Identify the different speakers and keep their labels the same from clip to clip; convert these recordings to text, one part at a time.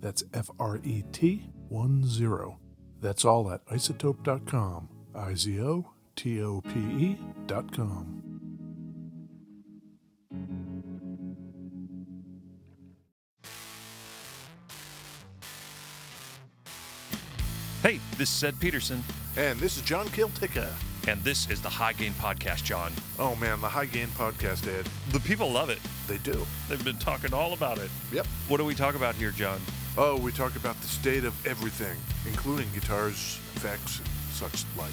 Speaker 1: That's F R E T 1 0. That's all at isotope.com. I Z O T O P E E.com.
Speaker 2: Hey, this is Ed Peterson,
Speaker 1: And this is John Kiltica.
Speaker 2: and this is the High Gain Podcast, John.
Speaker 1: Oh man, the High Gain podcast, Ed.
Speaker 2: The people love it.
Speaker 1: They do.
Speaker 2: They've been talking all about it.
Speaker 1: Yep.
Speaker 2: What do we talk about here, John?
Speaker 1: Oh, we talk about the state of everything, including guitars, effects, and such like.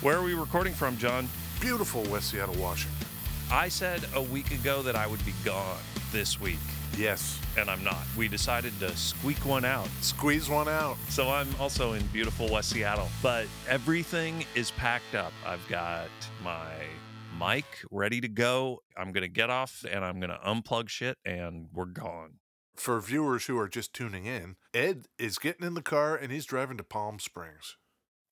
Speaker 2: Where are we recording from, John?
Speaker 1: Beautiful West Seattle, Washington.
Speaker 2: I said a week ago that I would be gone this week,
Speaker 1: Yes.
Speaker 2: and I'm not. We decided to squeak one out.
Speaker 1: Squeeze one out.
Speaker 2: So I'm also in beautiful West Seattle, but everything is packed up. I've got my mic ready to go. I'm going to get off and I'm going to unplug shit, and we're gone.
Speaker 1: For viewers who are just tuning in, Ed is getting in the car and he's driving to Palm Springs,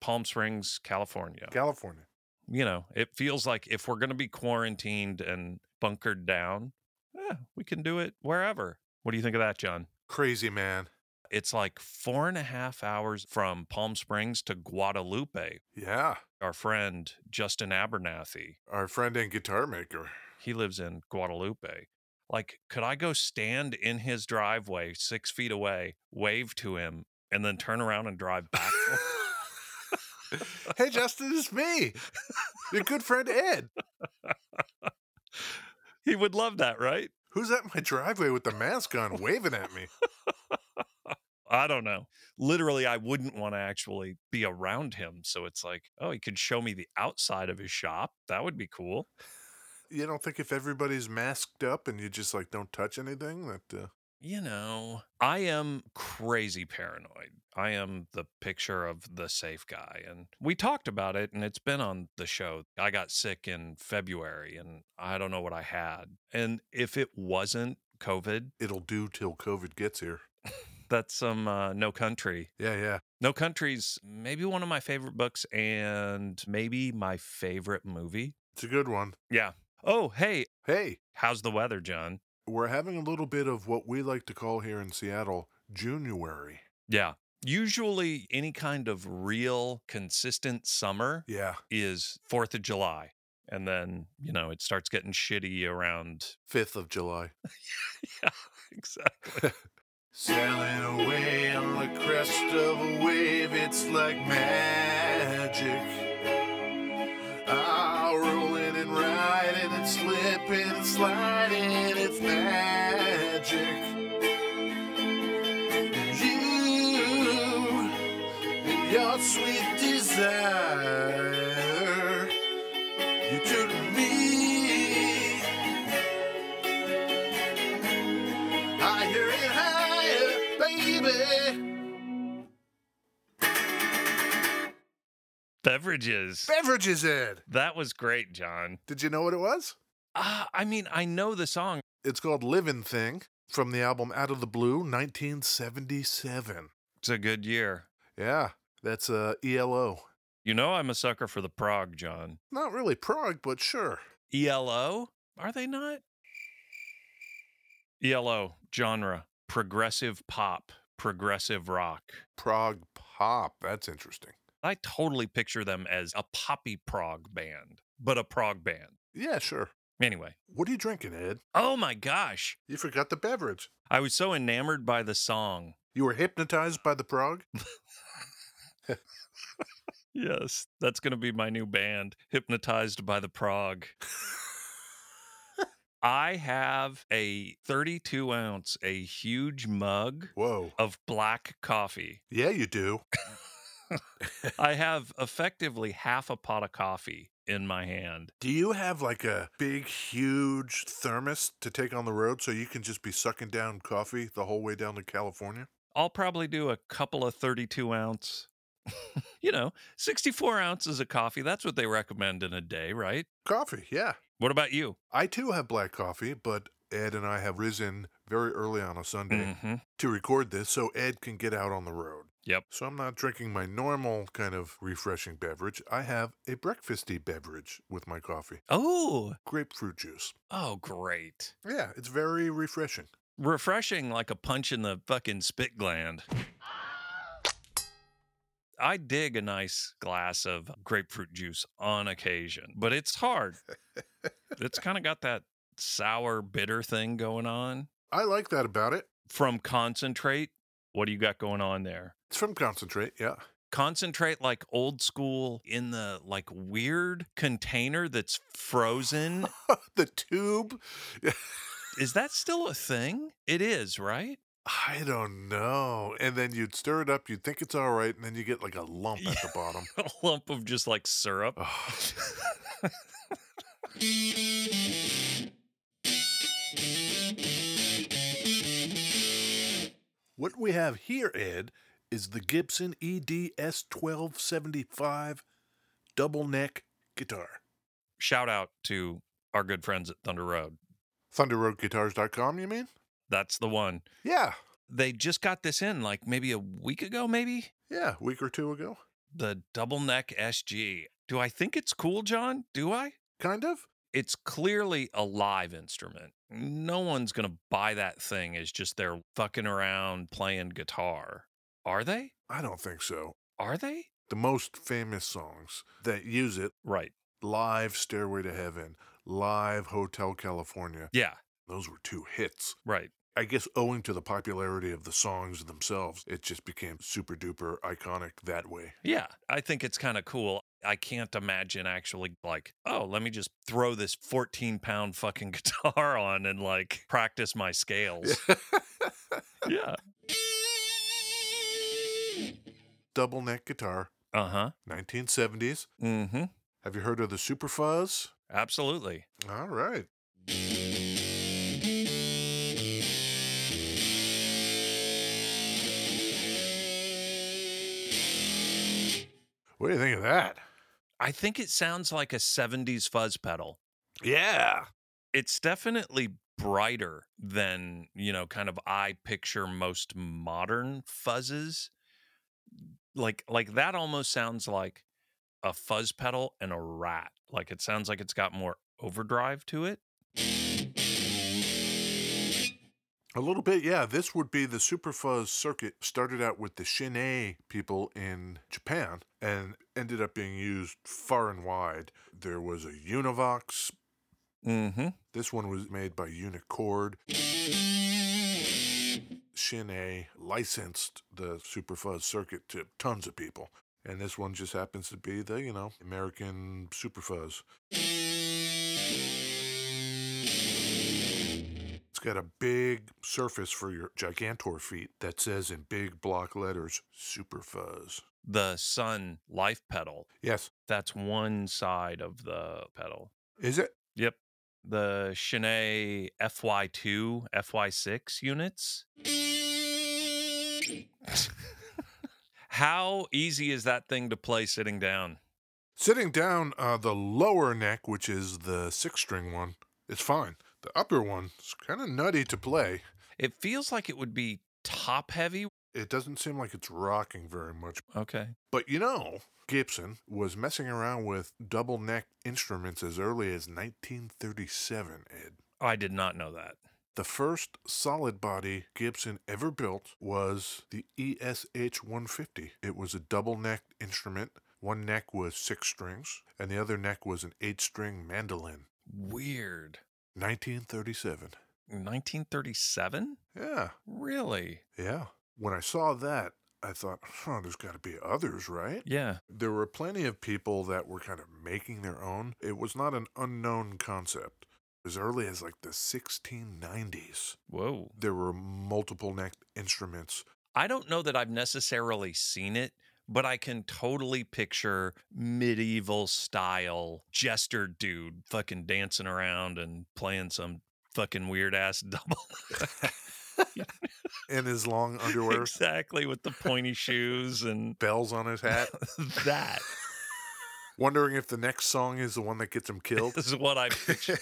Speaker 2: Palm Springs, California.
Speaker 1: California.
Speaker 2: you know, it feels like if we're going to be quarantined and bunkered down, yeah, we can do it wherever. What do you think of that, John?
Speaker 1: Crazy man.
Speaker 2: It's like four and a half hours from Palm Springs to Guadalupe.
Speaker 1: Yeah.
Speaker 2: Our friend Justin Abernathy,
Speaker 1: Our friend and guitar maker.
Speaker 2: he lives in Guadalupe. Like, could I go stand in his driveway six feet away, wave to him, and then turn around and drive back?
Speaker 1: hey, Justin, it's me, your good friend Ed.
Speaker 2: he would love that, right?
Speaker 1: Who's at my driveway with the mask on waving at me?
Speaker 2: I don't know. Literally, I wouldn't want to actually be around him. So it's like, oh, he could show me the outside of his shop. That would be cool.
Speaker 1: You don't think if everybody's masked up and you just like don't touch anything that uh,
Speaker 2: You know, I am crazy paranoid. I am the picture of the safe guy. And we talked about it, and it's been on the show. I got sick in February, and I don't know what I had. And if it wasn't COVID,
Speaker 1: it'll do till COVID gets here?
Speaker 2: that's some uh, no country
Speaker 1: Yeah, yeah.
Speaker 2: No Country's maybe one of my favorite books and maybe my favorite movie.
Speaker 1: It's a good one.
Speaker 2: Yeah. Oh, hey,
Speaker 1: Hey,
Speaker 2: how's the weather, John?
Speaker 1: we're having a little bit of what we like to call here in Seattle, January.
Speaker 2: Yeah. Usually, any kind of real, consistent summer
Speaker 1: Yeah.
Speaker 2: is 4th of July. And then, you know, it starts getting shitty around.
Speaker 1: 5th of July.
Speaker 2: Yeah, exactly.
Speaker 1: Sailing away on the crest of a wave, it's like magic. Ah, rolling and riding and slipping and sliding, it's magic. You and your sweet desire, you took me higher and higher, baby.
Speaker 2: Beverages.
Speaker 1: Beverages, Ed.
Speaker 2: That was great, John.
Speaker 1: Did you know what it was?
Speaker 2: Ah, I mean, I know the song.
Speaker 1: It's called Livin' Thing from the album Out of the Blue, 1977.
Speaker 2: It's a good year.
Speaker 1: Yeah, that's uh, ELO.
Speaker 2: You know I'm a sucker for the prog, John.
Speaker 1: Not really prog, but sure.
Speaker 2: ELO? Are they not? ELO genre progressive pop, progressive rock.
Speaker 1: Prog pop. That's interesting.
Speaker 2: I totally picture them as a poppy prog band, but a prog band.
Speaker 1: Yeah, sure.
Speaker 2: Anyway,
Speaker 1: What are you drinking, Ed?
Speaker 2: oh my gosh.
Speaker 1: You forgot the beverage.
Speaker 2: I was so enamored by the song.
Speaker 1: You were hypnotized by the prog?
Speaker 2: Yes, that's going to be my new band, Hypnotized by the Prog. I have a 32 ounce, a huge mug
Speaker 1: Whoa.
Speaker 2: of black coffee.
Speaker 1: Yeah, you do.
Speaker 2: I have effectively half a pot of coffee in my hand.
Speaker 1: Do you have like a big, huge thermos to take on the road so you can just be sucking down coffee the whole way down to California?
Speaker 2: I'll probably do a couple of 32 ounce, you know, 64 ounces of coffee. That's what they recommend in a day, right?
Speaker 1: Coffee, yeah.
Speaker 2: What about you?
Speaker 1: I too have black coffee, but Ed and I have risen very early on a Sunday
Speaker 2: Mm-hmm.
Speaker 1: to record this so Ed can get out on the road.
Speaker 2: Yep.
Speaker 1: So I'm not drinking my normal kind of refreshing beverage. I have a breakfasty beverage with my coffee
Speaker 2: Oh,
Speaker 1: grapefruit juice.
Speaker 2: oh, great.
Speaker 1: Yeah, it's very refreshing.
Speaker 2: refreshing like a punch in the fucking spit gland. I dig a nice glass of grapefruit juice on occasion, but it's hard. it's kind of got that sour, bitter thing going on
Speaker 1: I like that about it.
Speaker 2: from concentrate. What do you got going on there?
Speaker 1: It's from concentrate, yeah.
Speaker 2: Concentrate like old school in the like weird container that's frozen.
Speaker 1: the tube.
Speaker 2: Is that still a thing? It is, right?
Speaker 1: I don't know. And then you'd stir it up, you'd think it's all right, and then you get like a lump at the bottom.
Speaker 2: A lump of just like syrup.
Speaker 1: Ugh. What we have here, Ed, is the Gibson E EDS 1275 double neck guitar.
Speaker 2: shout out to our good friends at Thunder Road.
Speaker 1: ThunderRoadGuitars.com, you mean?
Speaker 2: That's the one.
Speaker 1: Yeah.
Speaker 2: They just got this in like maybe a week ago, maybe
Speaker 1: Yeah, a week or two ago.
Speaker 2: the double neck SG. Do I think it's cool, John? Do I?
Speaker 1: Kind of.
Speaker 2: It's clearly a live instrument. No one's going to buy that thing as just they're fucking around playing guitar. Are they?
Speaker 1: I don't think so.
Speaker 2: Are they?
Speaker 1: The most famous songs that use it
Speaker 2: Right.
Speaker 1: live Stairway to Heaven, live Hotel California.
Speaker 2: Yeah.
Speaker 1: Those were two hits.
Speaker 2: Right.
Speaker 1: I guess owing to the popularity of the songs themselves, it just became super duper iconic that way.
Speaker 2: Yeah. I think it's kind of cool. I can't imagine actually like, oh, let me just throw this 14 pound fucking guitar on and like practice my scales. yeah.
Speaker 1: Double neck guitar,
Speaker 2: Uh huh.
Speaker 1: 1970s.
Speaker 2: Mm hmm.
Speaker 1: Have you heard of the Super Fuzz?
Speaker 2: Absolutely.
Speaker 1: All right. What do you think of that?
Speaker 2: I think it sounds like a 70s fuzz pedal.
Speaker 1: Yeah.
Speaker 2: It's definitely brighter than, you know, kind of I picture most modern fuzzes. Like like that almost sounds like a fuzz pedal and a rat. Like it sounds like it's got more overdrive to it.
Speaker 1: A little bit, yeah. This would be the Super Fuzz circuit. Started out with the Shinei people in Japan and ended up being used far and wide. There was a Univox.
Speaker 2: Mhm.
Speaker 1: This one was made by Unicord. Shinei licensed the Super Fuzz circuit to tons of people. And this one just happens to be the, you know, American Super Fuzz. It's got a big surface for your gigantor feet that says in big block letters, Super Fuzz.
Speaker 2: The Sun life pedal.
Speaker 1: Yes.
Speaker 2: That's one side of the pedal.
Speaker 1: Is it?
Speaker 2: Yep. The Shinee FY2, FY6 units. How easy is that thing to play sitting down?
Speaker 1: Sitting down, uh, the lower neck, which is the six string one, is fine. The upper one is kind of nutty to play.
Speaker 2: It feels like it would be top heavy.
Speaker 1: It doesn't seem like it's rocking very much.
Speaker 2: Okay.
Speaker 1: But you know, Gibson was messing around with double neck instruments as early as 1937, Ed.
Speaker 2: I did not know that.
Speaker 1: The first solid body Gibson ever built was the E ESH 150. It was a double necked instrument. One neck was six strings, and the other neck was an eight string mandolin.
Speaker 2: Weird.
Speaker 1: 1937.
Speaker 2: 1937?
Speaker 1: Yeah,
Speaker 2: Really?
Speaker 1: yeah. When I saw that, I thought, huh, there's got to be others, right?
Speaker 2: Yeah.
Speaker 1: There were plenty of people that were kind of making their own. It was not an unknown concept. As early as like the 1690s,
Speaker 2: Whoa.
Speaker 1: there were multiple necked instruments.
Speaker 2: I don't know that I've necessarily seen it, but I can totally picture medieval style jester dude fucking dancing around and playing some fucking weird ass double.
Speaker 1: And his long underwear,
Speaker 2: exactly, with the pointy shoes and
Speaker 1: bells on his hat,
Speaker 2: that
Speaker 1: wondering if the next song is the one that gets him killed.
Speaker 2: is what I picture,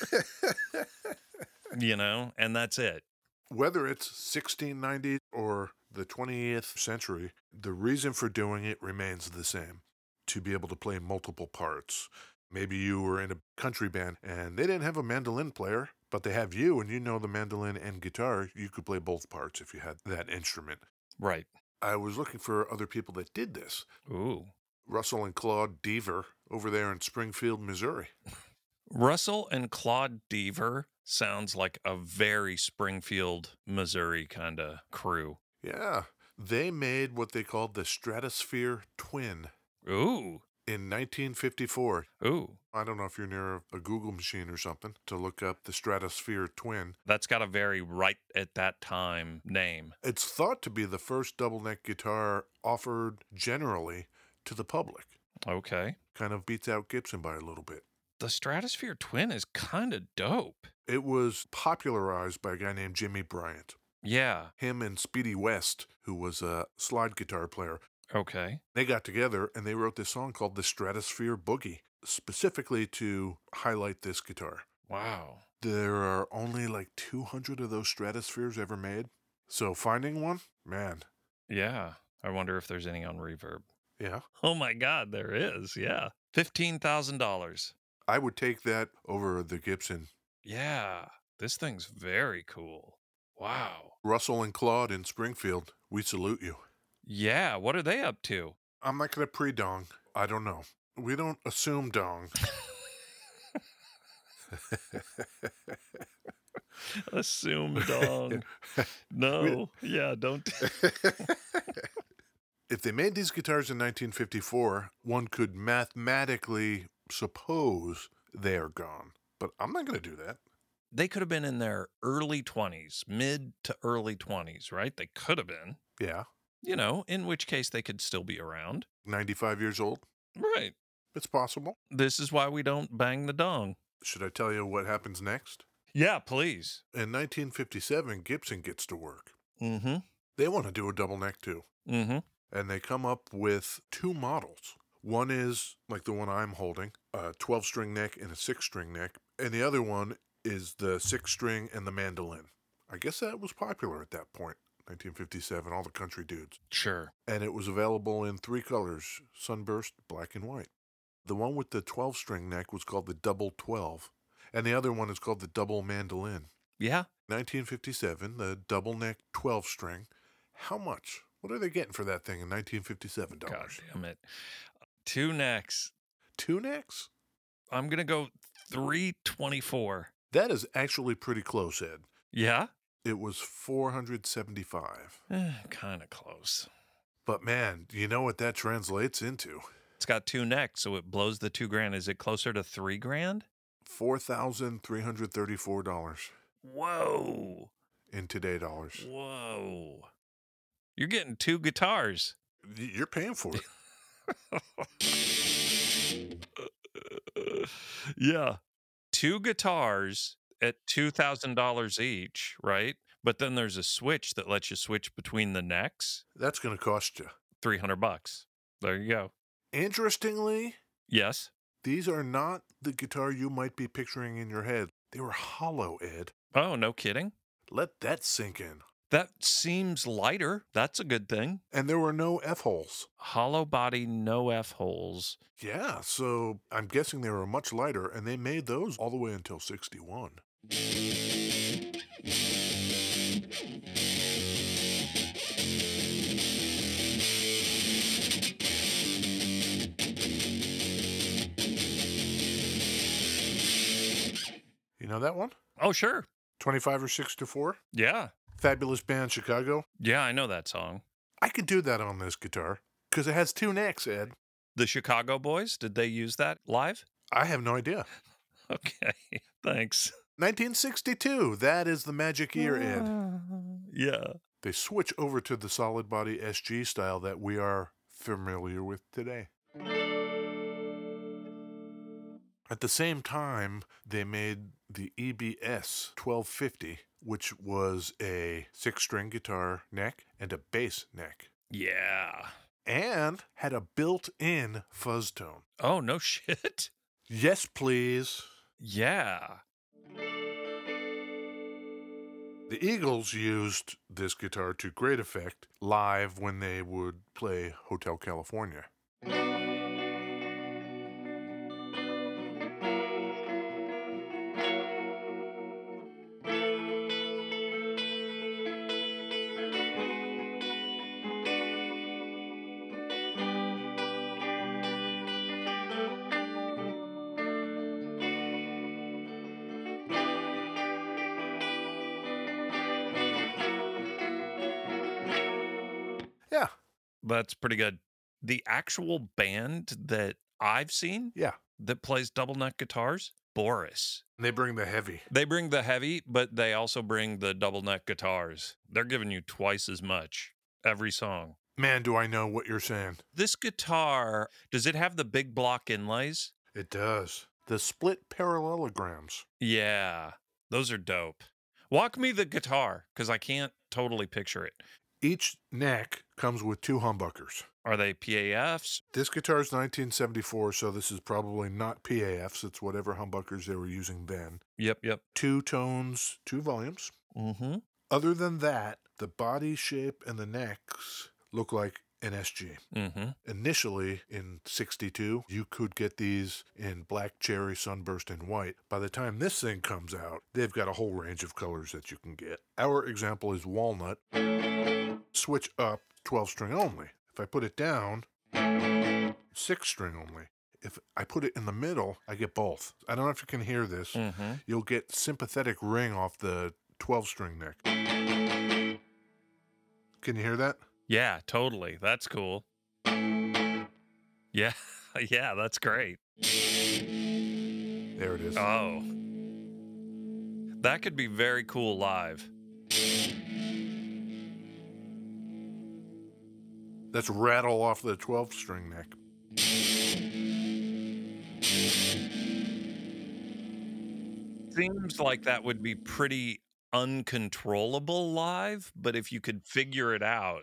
Speaker 2: you know? And that's it.
Speaker 1: Whether it's 1690 or the 20th century, the reason for doing it remains the same to be able to play multiple parts. Maybe you were in a country band and they didn't have a mandolin player, but they have you and you know the mandolin and guitar. You could play both parts if you had that instrument.
Speaker 2: Right.
Speaker 1: I was looking for other people that did this.
Speaker 2: Ooh.
Speaker 1: Russell and Claude Deaver over there in Springfield, Missouri.
Speaker 2: Russell and Claude Deaver sounds like a very Springfield, Missouri kind of crew.
Speaker 1: Yeah, they made what they called the Stratosphere Twin
Speaker 2: Ooh.
Speaker 1: in 1954.
Speaker 2: Ooh.
Speaker 1: I don't know if you're near a Google machine or something to look up the Stratosphere Twin.
Speaker 2: That's got a very right at that time name.
Speaker 1: It's thought to be the first double neck guitar offered generally to the public.
Speaker 2: Okay.
Speaker 1: Kind of beats out Gibson by a little bit.
Speaker 2: The Stratosphere Twin is kind of dope.
Speaker 1: It was popularized by a guy named Jimmy Bryant.
Speaker 2: Yeah.
Speaker 1: Him and Speedy West, who was a slide guitar player,
Speaker 2: Okay.
Speaker 1: they got together and they wrote this song called The Stratosphere Boogie, specifically to highlight this guitar.
Speaker 2: Wow.
Speaker 1: There are only like 200 of those stratospheres ever made. So finding one, man,
Speaker 2: Yeah. I wonder if there's any on reverb.
Speaker 1: yeah.
Speaker 2: Oh my God, there is. Yeah. $15,000.
Speaker 1: I would take that over the Gibson.
Speaker 2: Yeah. This thing's very cool. Wow.
Speaker 1: Russell and Claude in Springfield, we salute you.
Speaker 2: Yeah. What are they up to?
Speaker 1: I'm not going to pre dong. I don't know. We don't assume dong.
Speaker 2: Assume dong. No. Yeah. Don't.
Speaker 1: if they made these guitars in 1954, one could mathematically suppose they are gone. But I'm not going to do that.
Speaker 2: They could have been in their early 20s, mid to early 20s, right? They could have been.
Speaker 1: Yeah.
Speaker 2: you know, in which case they could still be around.
Speaker 1: 95 years old.
Speaker 2: Right.
Speaker 1: It's possible.
Speaker 2: This is why we don't bang the dong.
Speaker 1: Should I tell you what happens next?
Speaker 2: Yeah, please.
Speaker 1: In 1957, Gibson gets to work.
Speaker 2: Mm
Speaker 1: They want to do a double neck too,
Speaker 2: hmm. Mm hmm.
Speaker 1: and they come up with two models. One is like the one I'm holding, a 12 string neck and a 6 string neck, and the other one is the 6 string and the mandolin. I guess that was popular at that point, 1957, all the country dudes.
Speaker 2: Sure.
Speaker 1: And it was available in three colors sunburst, black, and white. The one with the 12 string neck was called the double 12, and the other one is called the double mandolin.
Speaker 2: Yeah.
Speaker 1: 1957, the double neck 12 string. How much? What are they getting for that thing in 1957
Speaker 2: God
Speaker 1: dollars?
Speaker 2: damn it. Two necks.
Speaker 1: Two necks?
Speaker 2: I'm going to go 324.
Speaker 1: That is actually pretty close, Ed.
Speaker 2: Yeah.
Speaker 1: It was 475.
Speaker 2: kind of close.
Speaker 1: But man, you know what that translates into?
Speaker 2: It's got two necks, so it blows the two grand. Is it closer to three grand?
Speaker 1: $4,334
Speaker 2: Whoa.
Speaker 1: in today dollars.
Speaker 2: Whoa. You're getting two guitars.
Speaker 1: Y- You're paying for it.
Speaker 2: yeah. Two guitars at $2,000 each, right? But then there's a switch that lets you switch between the necks.
Speaker 1: That's going to cost you.
Speaker 2: 300 bucks. There you go.
Speaker 1: Interestingly,
Speaker 2: Yes.
Speaker 1: these are not the guitar you might be picturing in your head. They were hollow, Ed.
Speaker 2: Oh, no kidding.
Speaker 1: Let that sink in.
Speaker 2: That seems lighter. That's a good thing.
Speaker 1: And there were no F holes.
Speaker 2: Hollow body, no F holes.
Speaker 1: Yeah, so I'm guessing they were much lighter, and they made those all the way until 61. You know that one?
Speaker 2: Oh, sure.
Speaker 1: 25 or 6 to 4?
Speaker 2: Yeah.
Speaker 1: Fabulous band Chicago.
Speaker 2: Yeah, I know that song.
Speaker 1: I could do that on this guitar because it has two necks, Ed.
Speaker 2: The Chicago Boys, did they use that live?
Speaker 1: I have no idea.
Speaker 2: Okay. Thanks.
Speaker 1: 1962, that is the magic year,
Speaker 2: Ah.
Speaker 1: Ed.
Speaker 2: Yeah.
Speaker 1: They switch over to the solid body SG style that we are familiar with today. At the same time, they made the E EBS 1250, which was a six string guitar neck and a bass neck,
Speaker 2: Yeah.
Speaker 1: and had a built in fuzz tone.
Speaker 2: Oh, no shit.
Speaker 1: Yes, please.
Speaker 2: Yeah.
Speaker 1: The Eagles used this guitar to great effect live when they would play Hotel California. Yeah,
Speaker 2: That's pretty good. The actual band that I've seen
Speaker 1: yeah.
Speaker 2: that plays double neck guitars, Boris.
Speaker 1: They bring the heavy.
Speaker 2: They bring the heavy, but they also bring the double neck guitars. They're giving you twice as much every song.
Speaker 1: Man, do I know what you're saying.
Speaker 2: This guitar, does it have the big block inlays?
Speaker 1: It does. The split parallelograms.
Speaker 2: Yeah, those are dope. Walk me the guitar because I can't totally picture it.
Speaker 1: Each neck comes with two humbuckers.
Speaker 2: Are they PAFs?
Speaker 1: This guitar is 1974, so this is probably not PAFs. It's whatever humbuckers they were using then.
Speaker 2: Yep, yep.
Speaker 1: Two tones, two volumes.
Speaker 2: Mm-hmm.
Speaker 1: Other than that, the body shape and the necks look like an SG.
Speaker 2: Mm-hmm.
Speaker 1: Initially in 62, you could get these in black, cherry, sunburst, and white. By the time this thing comes out, they've got a whole range of colors that you can get. Our example is walnut, switch up 12 string only. If I put it down, 6 string only. If I put it in the middle, I get both. I don't know if you can hear this
Speaker 2: Mm-hmm.
Speaker 1: you'll get sympathetic ring off the 12 string neck. Can you hear that?
Speaker 2: Yeah, totally. That's cool. Yeah, yeah, that's great.
Speaker 1: There it is.
Speaker 2: Oh. That could be very cool live.
Speaker 1: That's rattle off the 12 string neck.
Speaker 2: Seems like that would be pretty uncontrollable live, but if you could figure it out.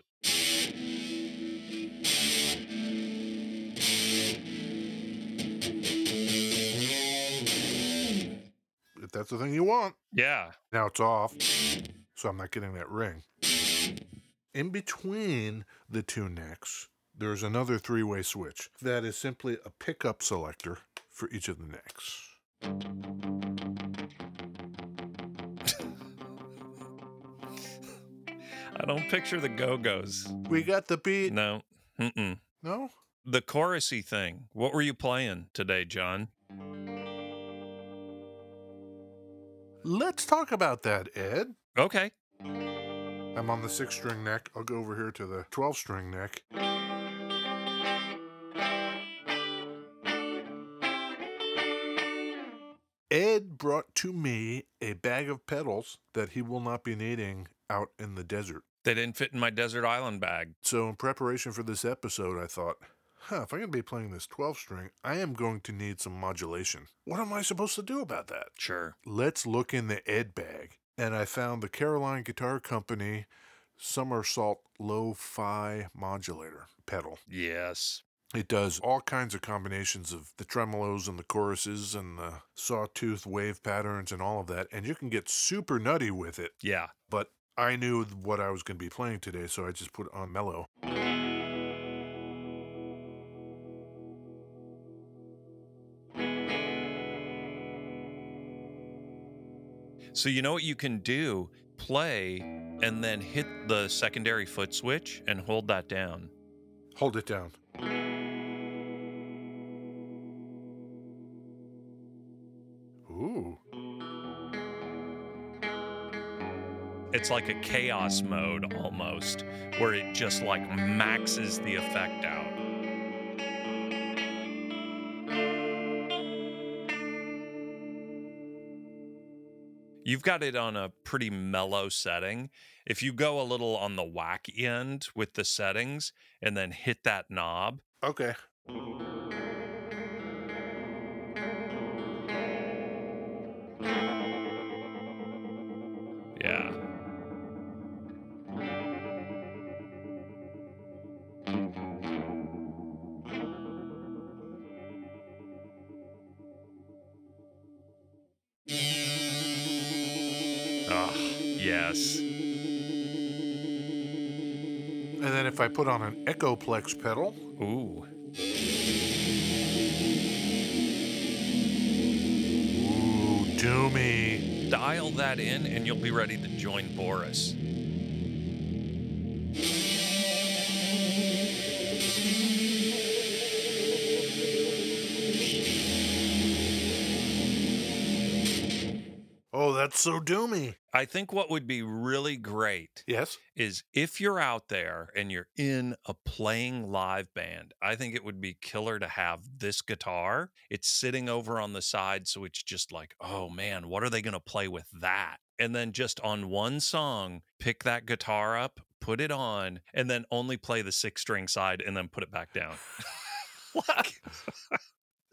Speaker 1: If that's the thing you want.
Speaker 2: Yeah.
Speaker 1: Now it's off, so I'm not getting that ring. In between the two necks, there's another three way switch that is simply a pickup selector for each of the necks.
Speaker 2: I don't picture the Go Go's.
Speaker 1: We got the beat.
Speaker 2: No. Mm-mm.
Speaker 1: No?
Speaker 2: The chorusy thing. What were you playing today, John?
Speaker 1: Let's talk about that, Ed.
Speaker 2: Okay.
Speaker 1: I'm on the six string neck. I'll go over here to the 12 string neck. Ed brought to me a bag of pedals that he will not be needing out in the desert.
Speaker 2: They didn't fit in my desert island bag.
Speaker 1: So, in preparation for this episode, I thought, huh, if I'm going to be playing this 12 string, I am going to need some modulation. What am I supposed to do about that?
Speaker 2: Sure.
Speaker 1: let's look in the Ed bag. And I found the Caroline Guitar Company Somersault Lo Fi Modulator pedal.
Speaker 2: Yes.
Speaker 1: It does all kinds of combinations of the tremolos and the choruses and the sawtooth wave patterns and all of that. And you can get super nutty with it.
Speaker 2: Yeah.
Speaker 1: But I knew what I was going to be playing today, so I just put it on mellow.
Speaker 2: So you know what you can do? Play and then hit the secondary foot switch and hold that down.
Speaker 1: Hold it down. Ooh.
Speaker 2: It's like a chaos mode almost, where it just like maxes the effect out. You've got it on a pretty mellow setting. If you go a little on the wacky end with the settings and then hit that knob,
Speaker 1: Okay.
Speaker 2: Yeah. Ah, yes.
Speaker 1: And then if I put on an Echoplex pedal,
Speaker 2: Ooh.
Speaker 1: ooh, doomy.
Speaker 2: Dial that in and you'll be ready to join Boris.
Speaker 1: Oh, that's so doomy.
Speaker 2: I think what would be really great
Speaker 1: Yes.
Speaker 2: is if you're out there and you're in a playing live band, I think it would be killer to have this guitar. It's sitting over on the side, so it's just like, oh man, what are they going to play with that? And then just on one song, pick that guitar up, put it on, and then only play the six string side and then put it back down. Like,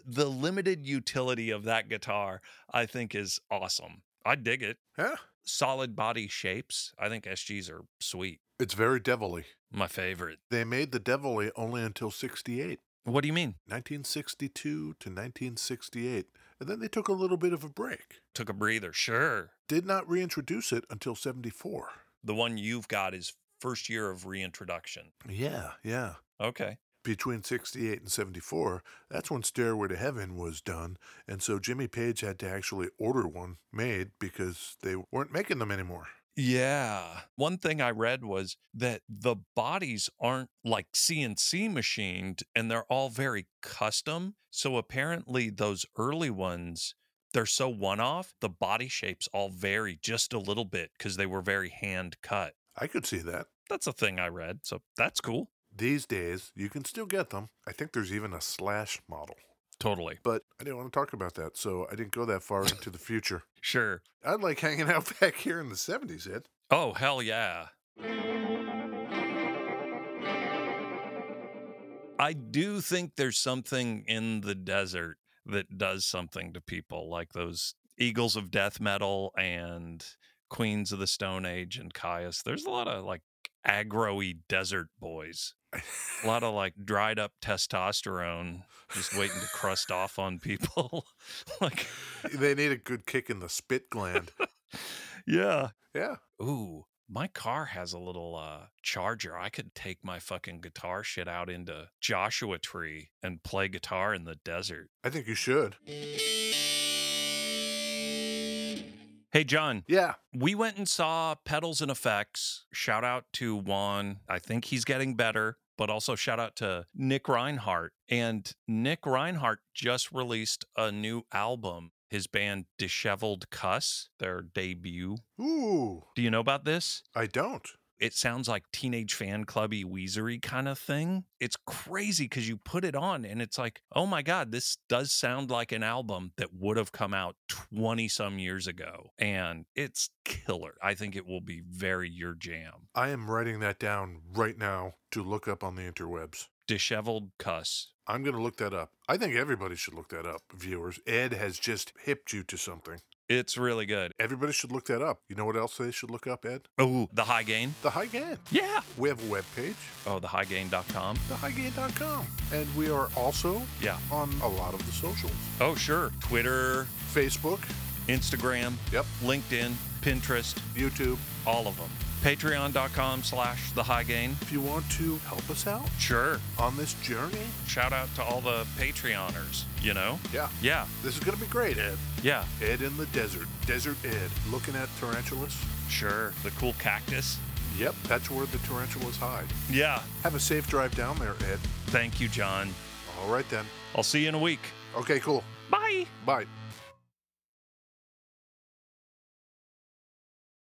Speaker 2: the limited utility of that guitar, I think, is awesome. I dig it.
Speaker 1: Yeah.
Speaker 2: Solid body shapes. I think SGs are sweet.
Speaker 1: It's very devilly.
Speaker 2: My favorite.
Speaker 1: They made the devilly only until 68,
Speaker 2: What do you mean?
Speaker 1: 1962 to 1968. And then they took a little bit of a break.
Speaker 2: Took a breather. Sure.
Speaker 1: Did not reintroduce it until 74.
Speaker 2: The one you've got is first year of reintroduction.
Speaker 1: Yeah, yeah.
Speaker 2: Okay.
Speaker 1: between 68 and 74, that's when Stairway to Heaven was done. And so Jimmy Page had to actually order one made because they weren't making them anymore.
Speaker 2: Yeah. One thing I read was that the bodies aren't like CNC machined and they're all very custom. So apparently, those early ones, they're so one off, the body shapes all vary just a little bit because they were very hand cut.
Speaker 1: I could see that.
Speaker 2: That's a thing I read. So that's cool.
Speaker 1: These days, you can still get them. I think there's even a slash model,
Speaker 2: Totally.
Speaker 1: but I didn't want to talk about that, so I didn't go that far into the future.
Speaker 2: Sure.
Speaker 1: I like hanging out back here in the 70s, Ed.
Speaker 2: Oh, hell yeah. I do think there's something in the desert that does something to people, like those Eagles of Death Metal and Queens of the Stone Age and Caius. There's a lot of like aggro y desert boys, a lot of like dried up testosterone just waiting to crust off on people. like,
Speaker 1: they need a good kick in the spit gland.
Speaker 2: yeah.
Speaker 1: Yeah.
Speaker 2: ooh, my car has a little uh charger. I could take my fucking guitar shit out into Joshua Tree and play guitar in the desert.
Speaker 1: I think you should.
Speaker 2: Hey John,
Speaker 1: Yeah.
Speaker 2: we went and saw Pedals and Effects. Shout out to Juan. I think he's getting better, but also shout out to Nick Reinhardt. And Nick Reinhardt just released a new album. His band Disheveled Cuss, their debut.
Speaker 1: Ooh.
Speaker 2: Do you know about this?
Speaker 1: I don't.
Speaker 2: it sounds like teenage fan clubby Weezery kind of thing. It's crazy because you put it on and it's like, oh my god, this does sound like an album that would have come out twenty some years ago, and it's killer. I think it will be very your jam.
Speaker 1: I am writing that down right now to look up on the interwebs.
Speaker 2: Disheveled cuss.
Speaker 1: I'm going to look that up. I think everybody should look that up, viewers. Ed has just hipped you to something.
Speaker 2: It's really good.
Speaker 1: Everybody should look that up. You know what else they should look up, Ed?
Speaker 2: Oh, the high gain.
Speaker 1: The High Gain.
Speaker 2: Yeah.
Speaker 1: We have a webpage,
Speaker 2: Oh, the highgain.com.
Speaker 1: thehighgain.com. And we are also
Speaker 2: Yeah.
Speaker 1: on a lot of the socials
Speaker 2: Oh, sure. Twitter,
Speaker 1: Facebook,
Speaker 2: Instagram,
Speaker 1: yep,
Speaker 2: LinkedIn, Pinterest,
Speaker 1: YouTube.
Speaker 2: all of them. Patreon.com slash the high gain.
Speaker 1: If you want to help us out
Speaker 2: Sure.
Speaker 1: on this journey,
Speaker 2: Shout out to all the Patreoners, you know?
Speaker 1: yeah,
Speaker 2: Yeah,
Speaker 1: this is going to be great, Ed.
Speaker 2: yeah,
Speaker 1: Ed in the desert. Desert Ed. Looking at tarantulas.
Speaker 2: sure. The cool cactus.
Speaker 1: Yep, that's where the tarantulas hide.
Speaker 2: Yeah.
Speaker 1: Have a safe drive down there, Ed.
Speaker 2: Thank you, John.
Speaker 1: All right then.
Speaker 2: I'll see you in a week.
Speaker 1: Okay, cool.
Speaker 2: Bye.
Speaker 1: Bye.